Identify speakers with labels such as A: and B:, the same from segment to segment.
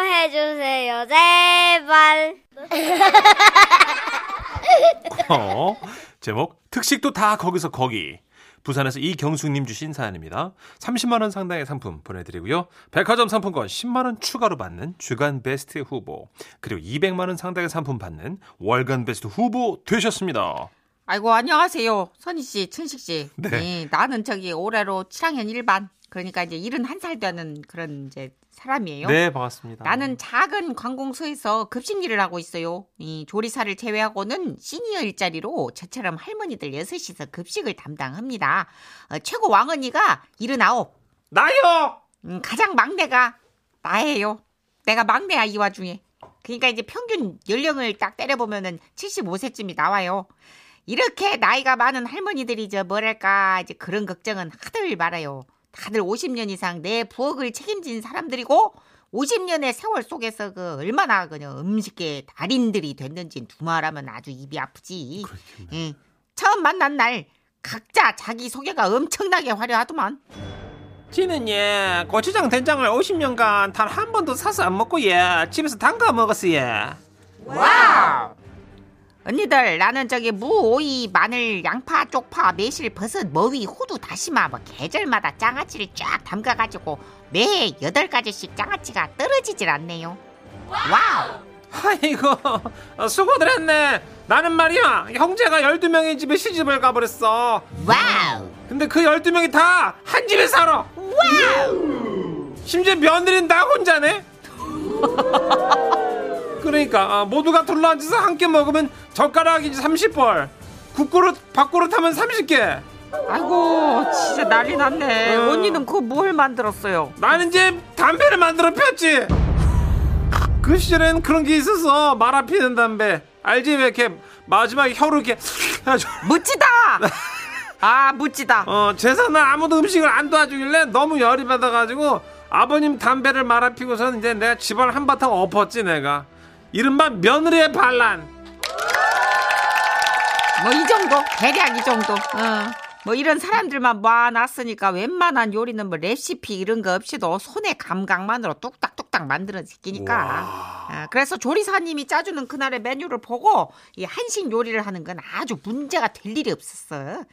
A: 해주세요, 제발.
B: 어, 제목 특식도 다 거기서 거기. 부산에서 이경숙님 주신 사연입니다. 30만 원 상당의 상품 보내드리고요. 백화점 상품권 10만 원 추가로 받는 주간 베스트 후보 그리고 200만 원 상당의 상품 받는 월간 베스트 후보 되셨습니다.
C: 아이고 안녕하세요. 선희 씨, 춘식 씨.
B: 네.
C: 예, 나는 저기 올해로 7학년 1반. 그러니까 이제 71살 되는 그런 이제 사람이에요.
B: 네 반갑습니다.
C: 나는 작은 관공서에서 급식 일을 하고 있어요. 이 조리사를 제외하고는 시니어 일자리로 저처럼 할머니들 여섯이서 급식을 담당합니다. 어, 최고 왕언니가 79,
B: 나요.
C: 음, 가장 막내가 나예요. 내가 막내야 이 와중에. 그러니까 이제 평균 연령을 딱 때려보면은 75세쯤이 나와요. 이렇게 나이가 많은 할머니들이 저 뭐랄까 이제 그런 걱정은 하들 말아요. 다들 50년 이상 내 부엌을 책임진 사람들이고 50년의 세월 속에서 그 얼마나 그냥 음식계 달인들이 됐는지 두말하면 아주 입이 아프지. 예. 처음 만난 날 각자 자기 소개가 엄청나게 화려하더만.
D: 지는 예 고추장 된장을 50년간 단 한 번도 사서 안 먹고 예 집에서 담가 먹었어 예.
C: 언니들 나는 저기 무, 오이, 마늘, 양파, 쪽파, 매실, 버섯, 머위, 호두, 다시마 뭐 계절마다 장아찌를 쫙 담가가지고 매해 8가지씩 장아찌가 떨어지질 않네요 와우
D: 아이고 어, 수고들 했네. 나는 말이야 형제가 12명의 집에 시집을 가버렸어.
C: 와우
D: 근데 그 12명이 다 한 집에 살아. 심지어 며느리는 나 혼자네. 그러니까 아, 모두가 둘러앉아서 함께 먹으면 젓가락이 30벌. 국그릇 밥그릇 하면 30개.
C: 아이고 진짜 난리 났네 언니는 그 뭘 만들었어요
D: 나는 이제 담배를 만들어 폈지. 그 시절엔 그런 게 있었어. 말아 피는 담배. 알지 왜 이렇게 마지막에 혀로 이렇게 해가지고.
C: 묻지다 아 묻지다
D: 어 제사날 아무도 음식을 안 도와주길래 너무 열이 받아가지고 아버님 담배를 말아 피고서는 이제 내가 집안을 한바탕 엎었지 내가. 이른바 며느리의 반란.
C: 뭐 이 정도 대략 이 정도 어. 뭐 이런 사람들만 모아놨으니까 웬만한 요리는 뭐 레시피 이런 거 없이도 손의 감각만으로 뚝딱뚝딱 만들어지기니까 아, 그래서 조리사님이 짜주는 그날의 메뉴를 보고 이 한식 요리를 하는 건 아주 문제가 될 일이 없었어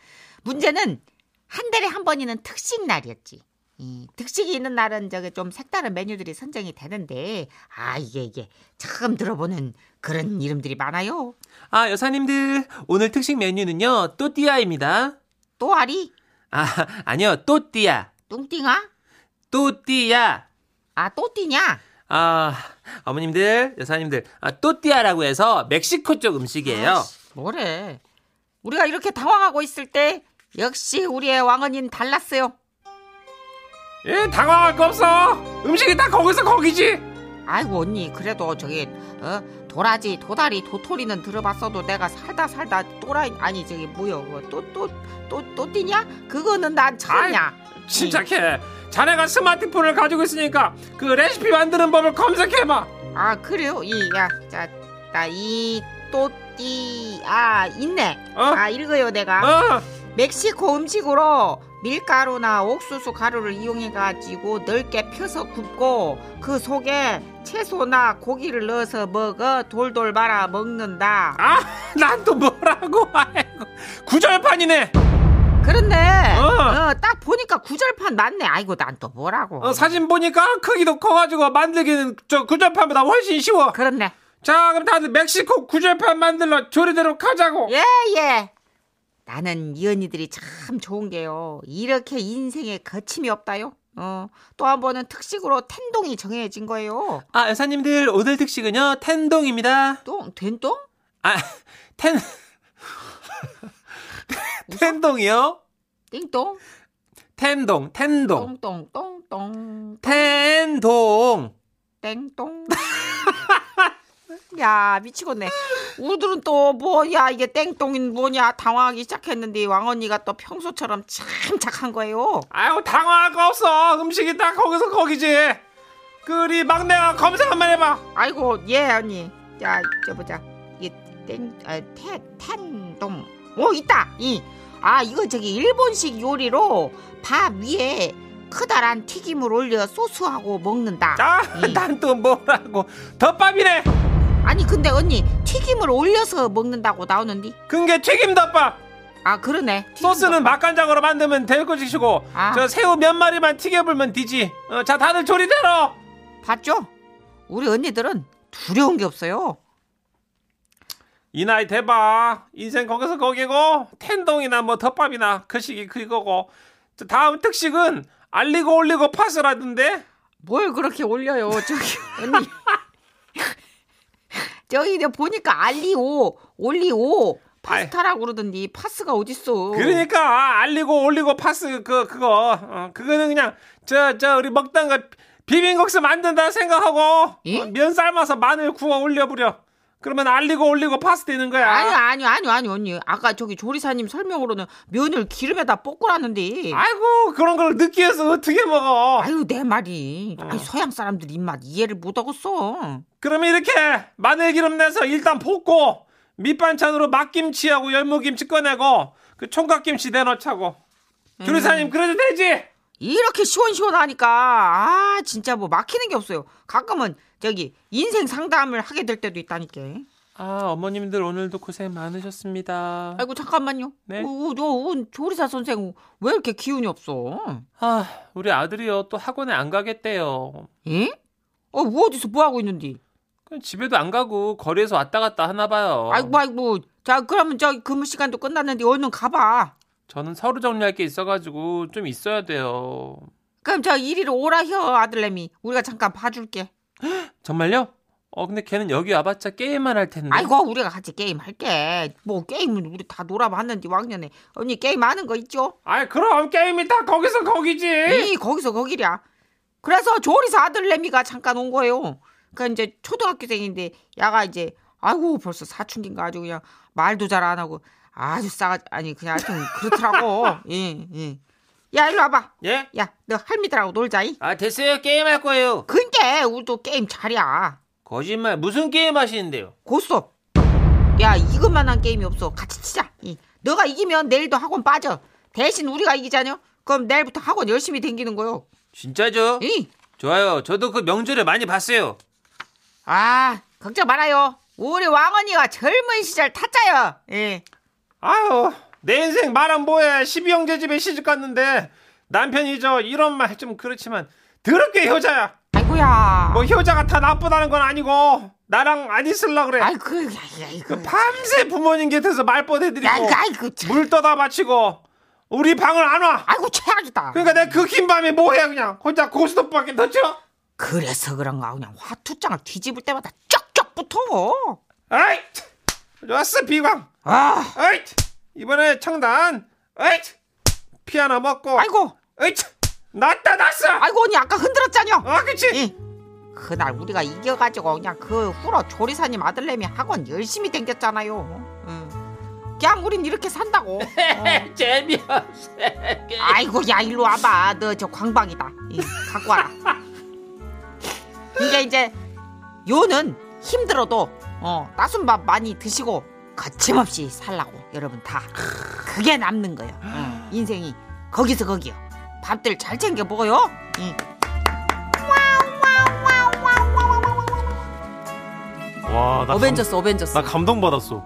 C: 문제는 한 달에 한 번이는 특식 날이었지 이 특식이 있는 날은 저게 좀 색다른 메뉴들이 선정이 되는데 아 이게 이게 처음 들어보는 그런 이름들이 많아요
D: 아 여사님들 오늘 특식 메뉴는요 또띠아입니다.
C: 또아리
D: 아 아니요 또띠아
C: 뚱띵아?
D: 또띠아.
C: 아, 또 뛰냐?
D: 아, 어머님들, 여사님들, 아, 또띠아라고 해서 멕시코 쪽 음식이에요.
C: 뭐래? 우리가 이렇게 당황하고 있을 때 역시 우리의 왕언인 달랐어요.
D: 예, 당황할 거 없어. 음식이 다 거기서 거기지.
C: 아이고 언니 그래도 저기 어? 도라지, 도다리, 도토리는 들어봤어도 내가 살다 살다 또라이 아니 저기 뭐여 또또또또 뛰냐? 그거는 난 처음이야.
D: 침착해. 자네가 스마트폰을 가지고 있으니까 그 레시피 만드는 법을 검색해봐.
C: 아 그래요? 이야자나이또띠아 있네.
D: 어?
C: 아 읽어요 내가.
D: 어,
C: 멕시코 음식으로 밀가루나 옥수수 가루를 이용해 가지고 넓게 펴서 굽고 그 속에 채소나 고기를 넣어서 먹어 돌돌 말아 먹는다.
D: 아, 난 또 뭐라고? 아이고, 구절판이네.
C: 그렇네.
D: 어.
C: 어, 딱 보니까 구절판 맞네. 아이고 난 또 뭐라고.
D: 어, 사진 보니까 크기도 커가지고 만들기는 저 구절판보다 훨씬 쉬워.
C: 그렇네.
D: 자, 그럼 다들 멕시코 구절판 만들러 조리대로 가자고.
C: 예, 예. 나는 이 언니들이 참 좋은 게요. 이렇게 인생에 거침이 없다요. 어, 또 한 번은 특식으로 텐동이 정해진 거예요.
D: 아, 여사님들, 오늘 특식은요, 텐동입니다.
C: 똥, 된똥?
D: 아, 텐 텐동이요?
C: 띵똥?
D: 텐동, 텐동,
C: 똥똥똥똥
D: 텐동.
C: 땡똥 야 미치겠네 우들은 또 뭐야 이게 땡똥인 뭐냐 당황하기 시작했는데 왕언니가 또 평소처럼 참 착한 거예요
D: 아유 당황할 거 없어. 음식이 딱 거기서 거기지. 그리 막내가 검색 한번 해봐.
C: 아이고 예 언니 자 저보자 아, 이땡텐동 오 있다 이 아 이거 저기 일본식 요리로 밥 위에 커다란 튀김을 올려 소스하고 먹는다. 예.
D: 아난 또 뭐라고 덮밥이네
C: 아니 근데 언니 튀김을 올려서 먹는다고 나오는디?
D: 그게 튀김덮밥
C: 아 그러네. 튀김
D: 소스는
C: 덮밥.
D: 맛간장으로 만들면 될 것이고
C: 아.
D: 저 새우 몇 마리만 튀겨불면 되지 어, 자 다들 조리대로
C: 봤죠? 우리 언니들은 두려운 게 없어요.
D: 이 나이 대봐 인생 거기서 거기고 텐동이나 뭐 덮밥이나 그 시기 그거고 저 다음 특식은 알리고 올리고 파스라던데
C: 뭘 그렇게 올려요, 저기 언니. 저기 이제 보니까 알리오, 올리오, 파스타라고 그러던디 파스가 어딨어?
D: 그러니까 알리고 올리고 파스 그 그거 어, 그거는 그냥 저 저 우리 먹던 거 비빔국수 만든다 생각하고
C: 예?
D: 어, 면 삶아서 마늘 구워 올려버려 그러면 알리고 올리고 파스 되는 거야
C: 아니요, 아니요, 아니요, 아니요, 언니. 아까 저기 조리사님 설명으로는 면을 기름에다 볶으라는데.
D: 아이고 그런 걸 느끼해서 어떻게 먹어
C: 아유, 내 말이.
D: 어.
C: 아니, 서양 사람들 입맛 이해를 못하겠어.
D: 그러면 이렇게 마늘 기름 내서 일단 볶고 밑반찬으로 막김치하고 열무김치 꺼내고 그 총각김치 내놓자고 음. 조리사님 그래도 되지
C: 이렇게 시원시원하니까 아 진짜 뭐 막히는 게 없어요. 가끔은 저기 인생 상담을 하게 될 때도 있다니까.
D: 아 어머님들 오늘도 고생 많으셨습니다
C: 아이고 잠깐만요.
D: 네.
C: 오, 저 오, 조리사 선생 왜 이렇게 기운이 없어?
D: 아, 우리 아들이요. 또 학원에 안 가겠대요.
C: 예? 어, 뭐 어디서 뭐 하고 있는데?
D: 그냥 집에도 안 가고 거리에서 왔다 갔다 하나 봐요.
C: 아이고 뭐. 아이고. 자 그러면 저 근무 시간도 끝났는데 얼른 가봐.
D: 저는 서류 정리할 게 있어가지고 좀 있어야 돼요.
C: 그럼 저 이리로 오라 혀 아들내미. 우리가 잠깐 봐줄게.
D: 정말요? 어, 근데 걔는 여기 와봤자 게임만 할 텐데.
C: 아이고 우리가 같이 게임 할게. 뭐 게임은 우리 다 놀아봤는데 왕년에 언니 게임 하는 거 있죠?
D: 아이, 그럼 게임이 다 거기서 거기지.
C: 이 거기서 거기랴. 그래서 조리사 아들내미가 잠깐 온 거예요. 그러니까 이제 초등학교생인데 야가 이제 아이고 벌써 사춘기인가 아주 그냥 말도 잘 안 하고 아주 싸가 아니 그냥 하여튼 그렇더라고. 예 예. 야 일로 와봐.
D: 예?
C: 야 너 할미들하고 놀자이.
D: 아, 됐어요. 게임 할 거예요.
C: 근데 우리도 게임 잘이야.
D: 거짓말. 무슨 게임 하시는데요?
C: 고스톱. 야 이것만한 게임이 없어. 같이 치자. 예. 너가 이기면 내일도 학원 빠져. 대신 우리가 이기자녀. 그럼 내일부터 학원 열심히 댕기는 거요.
D: 진짜죠?
C: 예.
D: 좋아요. 저도 그 명절에 많이 봤어요.
C: 아 걱정 말아요. 우리 왕언니가 젊은 시절 타짜요. 예.
D: 아유, 내 인생 말안 뭐해. 12형제 집에 시집 갔는데 남편이 저 이런 말 좀 그렇지만 더럽게 효자야.
C: 아이고야.
D: 뭐 효자가 다 나쁘다는 건 아니고 나랑 안 있을라 그래.
C: 아이고, 아이고,
D: 그뭐 밤새 부모님 곁에서 말벗
C: 아이고,
D: 해드리고
C: 아이고, 참.
D: 물 떠다 바치고 우리 방을 안 와.
C: 아이고 최악이다.
D: 그러니까 내가 그 긴 밤에 뭐해 그냥 혼자 고스톱밖에 넣죠?
C: 그래서 그런가 그냥 화투장을 뒤집을 때마다 쩍쩍 붙어.
D: 아이, 좋았어 비광.
C: 아,
D: 아이, 이번에 청단. 아이, 피아노 먹고.
C: 아이고,
D: 아이, 났다 났어.
C: 아이고 언니 아까 흔들었잖여.
D: 아, 그치.
C: 예. 그날 우리가 이겨가지고 그냥 그 후로 조리사님 아들내미 학원 열심히 댕겼잖아요. 응. 그냥 우린 이렇게 산다고.
E: 어.
D: 재미없어.
C: 아이고 야 일로 와봐 너 저 광방이다 이, 갖고 와라 그러니까 이제 요는 힘들어도 어 따순밥 많이 드시고 거침없이 살라고 여러분 다 그게 남는 거예요 어, 인생이 거기서 거기요 밥들 잘 챙겨 먹어요 응.
B: 와, 나,
F: 어벤져스 어벤져스
B: 감,
F: 나,
B: 나 감동받았어.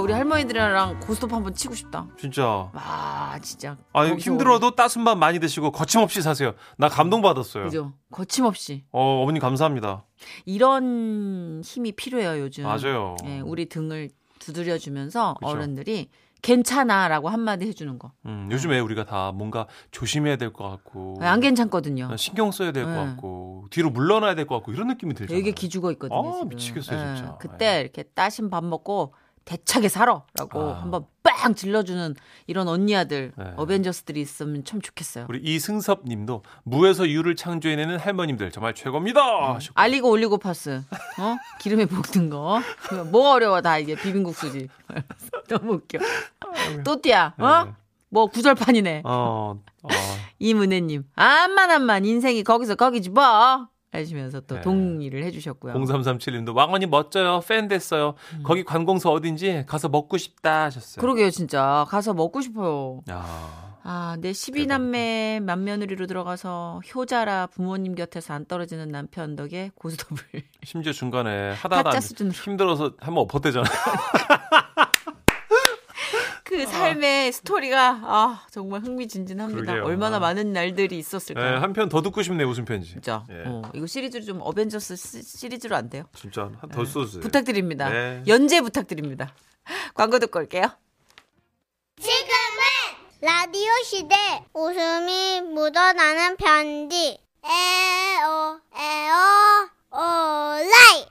F: 우리 할머니들이랑 고스톱 한번 치고 싶다
B: 진짜.
F: 와 진짜
B: 아,
F: 거기서
B: 힘들어도 따순밥 많이 드시고 거침없이 사세요. 나 감동받았어요.
F: 그죠 거침없이
B: 어, 어머니 감사합니다.
F: 이런 힘이 필요해요 요즘
B: 맞아요.
F: 예, 우리 등을 두드려주면서
B: 어. 그죠.
F: 어른들이 괜찮아라고 한마디 해주는 거 안
B: 음, 요즘에 우리가 다 뭔가 조심해야 될 것 같고
F: 예, 아,
B: 어,
F: 괜찮거든요
B: 신경 써야 될 것
F: 네.
B: 같고 뒤로 물러나야 될 것 같고 이런 느낌이 들잖아요.
F: 되게 기죽어 있거든요
B: 아,
F: 지금.
B: 미치겠어요,
F: 예,
B: 진짜.
F: 그때 이렇게 따신 밥 먹고 대차게 살아라고
B: 아.
F: 한번 빵 질러주는 이런 언니 아들
B: 네.
F: 어벤져스들이 있으면 참 좋겠어요
B: 우리 이승섭 님도 무에서 유를 창조해내는 할머님들 정말 최고입니다.
F: 음.
B: 하셨고.
F: 알리고 올리고 파스. 어? 기름에 볶는 거. 뭐 어려워 다 이게 비빔국수지. 너무 웃겨. 또띠야.
B: 아, 네.
F: 어? 뭐 구절판이네.
B: 어, 어,
F: 이문혜님. 암만 암만 인생이 거기서 거기지 뭐.
C: 해주면서 또
B: 네.
C: 동의를 해주셨고요.
B: 0337님도 왕언니 멋져요. 팬 됐어요.
F: 음.
B: 거기 관공서 어딘지 가서 먹고 싶다 하셨어요.
C: 그러게요, 진짜 가서 먹고 싶어요.
B: 야,
C: 아, 내 12남매 맏며느리로 들어가서 효자라 부모님 곁에서 안 떨어지는 남편 덕에 고스톱을
B: 심지어 중간에 하다하다
C: 타짜
B: 안-
C: 수준으로
B: 힘들어서 한번 엎었대잖아.
C: 그 삶의 스토리가 아 정말 흥미진진합니다.
B: 그러게요.
C: 얼마나
B: 아.
C: 많은 날들이 있었을까.
B: 네, 한편 더 듣고 싶네 웃음 편지.
C: 진짜.
B: 예.
C: 어, 이거 시리즈로 좀 어벤져스 시- 시리즈로 안 돼요?
B: 진짜 한 더
C: 네.
B: 써주세요.
C: 부탁드립니다.
B: 네.
C: 연재 부탁드립니다. 광고 듣고 올게요.
A: 지금은 라디오 시대 웃음이 묻어나는 편지 에어 에어 오라이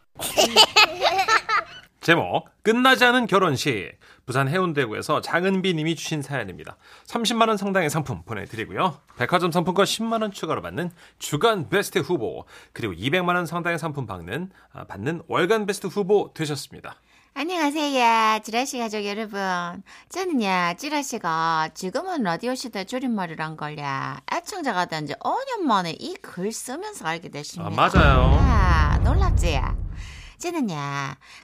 B: 제목 끝나지 않은 결혼식 부산 해운대구에서 장은비 님이 주신 사연입니다. 30만 원 상당의 상품 보내드리고요. 백화점 상품권 10만 원 추가로 받는 주간 베스트 후보 그리고 200만 원 상당의 상품 받는 아, 받는 월간 베스트 후보 되셨습니다.
E: 안녕하세요, 지라시 가족 여러분. 저는요, 지라시가 지금은 라디오 시대 줄임말을 한 걸요. 애청자가 된 지 5년 만에 이 글 쓰면서 알게 됐습니다.
B: 아, 맞아요.
E: 아, 놀랍지? 저는요,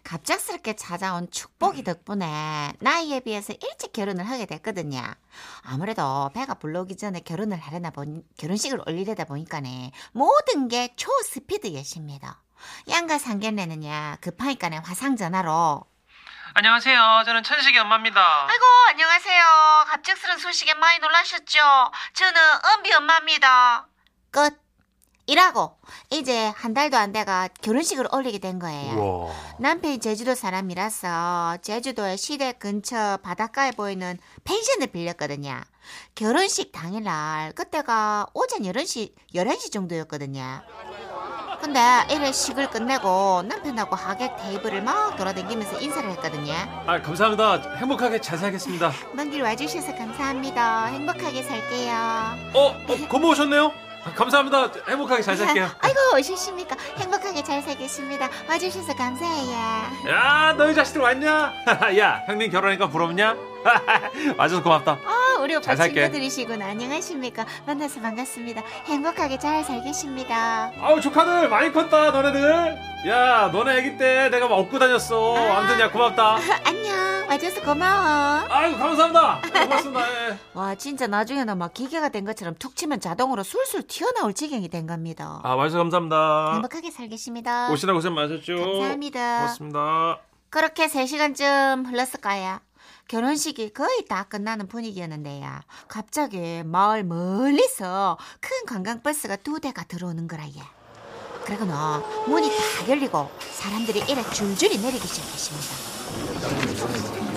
E: 갑작스럽게 찾아온 축복이 덕분에 나이에 비해서 일찍 결혼을 하게 됐거든요. 아무래도 배가 불러오기 전에 결혼을 하려나 보니, 결혼식을 올리려다 보니까네, 모든 게 초스피드였습니다. 양가 상견례는요, 급하니까네 화상전화로.
B: 안녕하세요. 저는 천식이 엄마입니다.
E: 아이고, 안녕하세요. 갑작스런 소식에 많이 놀라셨죠? 저는 은비 엄마입니다. 끝. 이라고, 이제 한 달도 안 돼가 결혼식을 올리게 된
C: 네.
E: 거예요.
B: 우와.
E: 남편이 제주도 사람이라서 제주도의 시댁 근처 바닷가에 보이는 펜션을 빌렸거든요. 결혼식 당일날 그때가 오전 11시, 11시 정도였거든요. 근데 이래 식을 끝내고 남편하고 하객 테이블을 막 돌아다니면서 인사를 했거든요.
B: 아 감사합니다. 행복하게 잘 살겠습니다.
E: 먼 길 와주셔서 감사합니다. 행복하게 살게요.
B: 어, 어 고모 오셨네요. 아, 감사합니다. 행복하게 잘 살게요.
E: 아이고 오셨습니까? 행복하게 잘 살겠습니다. 와주셔서 감사해요.
B: 야 너희 자식들 왔냐? 야 형님 결혼하니까 부럽냐? 와줘서 고맙다.
E: 아, 우리 오빠
B: 잘 살게.
E: 친구들이시구나. 안녕하십니까? 만나서 반갑습니다. 행복하게 잘 살겠습니다.
B: 아우 조카들 많이 컸다 너네들 야 너네 아기 때 내가 막 업고 다녔어 아무튼 야 고맙다
E: 어, 안녕. 와줘서 고마워.
B: 아유 감사합니다 고맙습니다 예.
E: 와, 진짜 나중에는 막 기계가 된 것처럼 툭 치면 자동으로 술술 튀어나올 지경이 된 겁니다.
B: 아 와주셔서 감사합니다
E: 행복하게 살겠습니다.
B: 오시나 고생 많으셨죠
E: 감사합니다.
B: 고맙습니다
E: 그렇게 3시간쯤 흘렀을 거예요. 결혼식이 거의 다 끝나는 분위기였는데요. 갑자기 마을 멀리서 큰 관광버스가 두 대가 들어오는 거라예. 그러고는 문이 다 열리고 사람들이 이래 줄줄이 내리기 시작했습니다.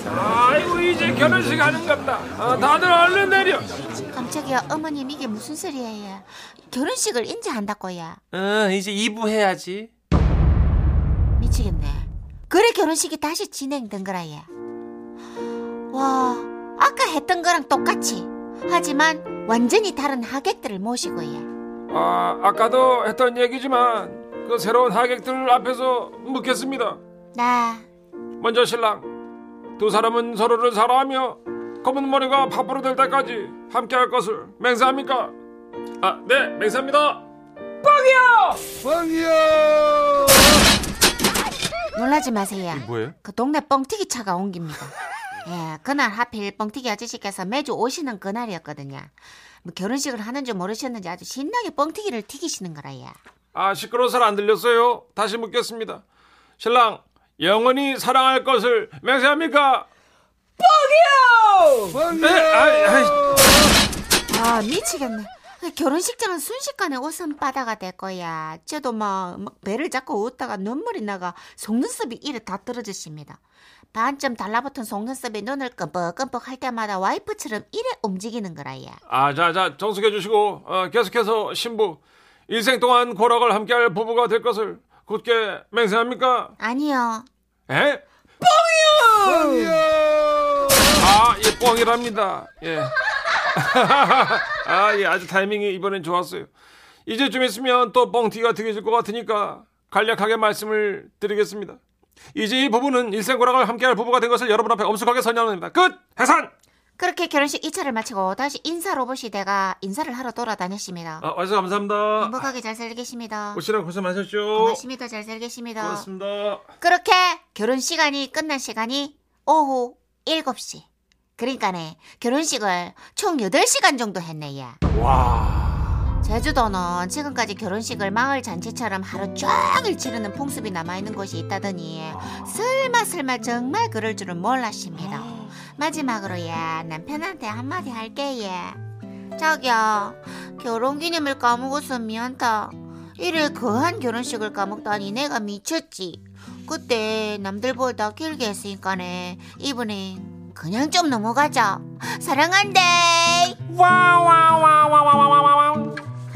D: 아이고 이제 결혼식 하는갑다. 아, 다들 얼른 내려.
E: 깜짝이야 어머님 이게 무슨 소리예요 결혼식을 인제한다고요
B: 응 이제 2부 해야지
E: 미치겠네 그래 결혼식이 다시 진행된 거라예 와 아까 했던 거랑 똑같이 하지만 완전히 다른 하객들을 모시고요 예.
D: 아 아까도 했던 얘기지만 그 새로운 하객들 앞에서 묻겠습니다.
E: 나
D: 먼저 신랑 두 사람은 서로를 사랑하며 검은 머리가 파프로 될 때까지 함께할 것을 맹세합니까? 아 네 맹세합니다. 뻥이요.
E: 놀라지 마세요
B: 뭐예요?
E: 그 동네 뻥튀기 차가 옮깁니다. 예, 그날 하필 뻥튀기 아저씨께서 매주 오시는 그날이었거든요. 뭐 결혼식을 하는지 모르셨는지 아주 신나게 뻥튀기를 튀기시는 거라요. 예.
D: 아 시끄러워서 안 들렸어요. 다시 묻겠습니다. 신랑 영원히 사랑할 것을 맹세합니까? 뻥이요. 뻥이요.
E: 아 미치겠네. 그 결혼식장은 순식간에 웃음바다가 될 거야. 쟤도 막, 막 배를 잡고 웃다가 눈물이 나가 속눈썹이 이래 다 떨어졌습니다. 반쯤 달라붙은 속눈썹이 눈을 끔뻑끔뻑 할 때마다 와이프처럼 이래 움직이는 거라야.
D: 아자자 정숙해 주시고 어, 계속해서 신부 일생 동안 고락을 함께할 부부가 될 것을 굳게 맹세합니까?
E: 아니요.
D: 에? 뻥이요! 아, 예, 뻥이랍니다. 예. 아, 예, 아주 타이밍이 이번엔 좋았어요. 이제쯤 있으면 또 뻥튀기가 튀겨질 것 같으니까 간략하게 말씀을 드리겠습니다. 이제 이 부부는 일생 고락을 함께할 부부가 된 것을 여러분 앞에 엄숙하게 선언합니다. 끝! 해산!
E: 그렇게 결혼식 2차를 마치고 다시 인사 로봇이 돼가 인사를 하러 돌아다녔습니다.
G: 아, 와서 감사합니다.
E: 행복하게 잘 살겠습니다.
G: 오시랑 고생 많으셨죠?
E: 어, 고맙습니다. 잘 살겠습니다.
G: 고맙습니다.
E: 그렇게 결혼 시간이 끝난 시간이 오후 7시. 그러니까네 결혼식을 총 8시간 정도 했네요. 제주도는 지금까지 결혼식을 마을 잔치처럼 하루 종일 치르는 풍습이 남아있는 곳이 있다더니 설마설마 정말 그럴 줄은 몰랐습니다. 마지막으로 예 남편한테 한마디 할게 예. 자기야 결혼기념일 까먹어서 미안다. 이래 거한 결혼식을 까먹다니 내가 미쳤지. 그때 남들보다 길게 했으니까네 이번에 그냥 좀 넘어가자. 사랑한대.
G: 와와와와와와와와.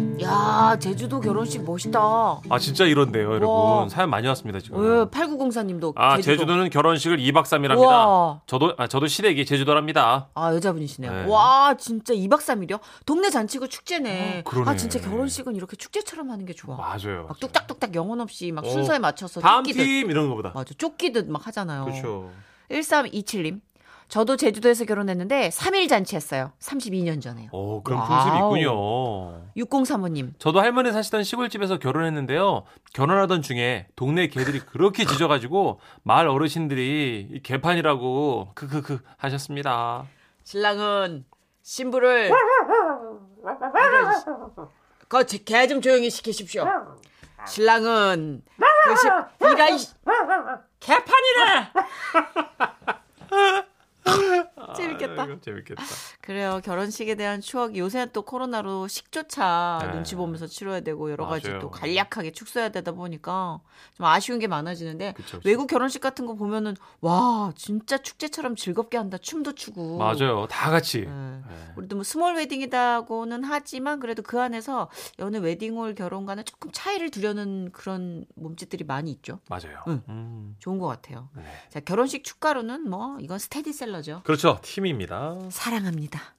B: 음.
C: 야, 제주도 결혼식 멋있다.
B: 아 진짜 이런데요, 여러분.
C: 우와.
B: 사연 많이 왔습니다 지금.
C: 예, 8904님도
B: 아
C: 제주도.
B: 제주도. 는 결혼식을 2박 3일합니다.
C: 우와.
B: 저도 아 저도 시댁이 제주도랍니다.
C: 아, 여자분이시네요.
B: 네.
C: 와, 진짜 2박 3일이요? 동네 잔치고 축제네.
B: 어, 그러네.
C: 아, 진짜 결혼식은 이렇게 축제처럼 하는 게 좋아.
B: 맞아요.
C: 막 뚝딱뚝딱 영혼 없이 막
B: 어.
C: 순서에 맞춰서
B: 다음
C: 쫓기듯.
B: 팀 이런 거보다.
C: 맞아. 쫓기듯 막 하잖아요.
B: 그렇죠.
C: 1327님. 저도 제주도에서 결혼했는데 3일 잔치 했어요. 32년 전에요.
B: 오 어, 그런 풍습이
C: 와우.
B: 있군요.
C: 6035님.
B: 저도 할머니 사시던 시골집에서 결혼했는데요. 결혼하던 중에 동네 개들이 그렇게 짖어가지고 마을 어르신들이 이 개판이라고 크크크 하셨습니다.
C: 신랑은 신부를 거치 개좀 조용히 시키십시오. 신랑은 그 시, 이가 이- 개판이래. 재밌겠다.
B: 아이고, 재밌겠다.
C: 그래요. 결혼식에 대한 추억이 요새는 또 코로나로 식조차
B: 네.
C: 눈치 보면서 치러야 되고 여러 가지
B: 맞아요.
C: 또 간략하게 축소해야 되다 보니까 좀 아쉬운 게 많아지는데
B: 그쵸, 그쵸.
C: 외국 결혼식 같은 거 보면은 와 진짜 축제처럼 즐겁게 한다. 춤도 추고.
B: 맞아요. 다 같이.
C: 예.
B: 네.
C: 우리도 뭐 스몰 웨딩이다고는 하지만 그래도 그 안에서 여느 웨딩홀 결혼과는 조금 차이를 두려는 그런 몸짓들이 많이 있죠.
B: 맞아요.
C: 응.
B: 음.
C: 좋은 것 같아요.
B: 네.
C: 자 결혼식 축가로는 뭐 이건 스테디셀러죠.
B: 그렇죠. 팀입니다.
C: 사랑합니다.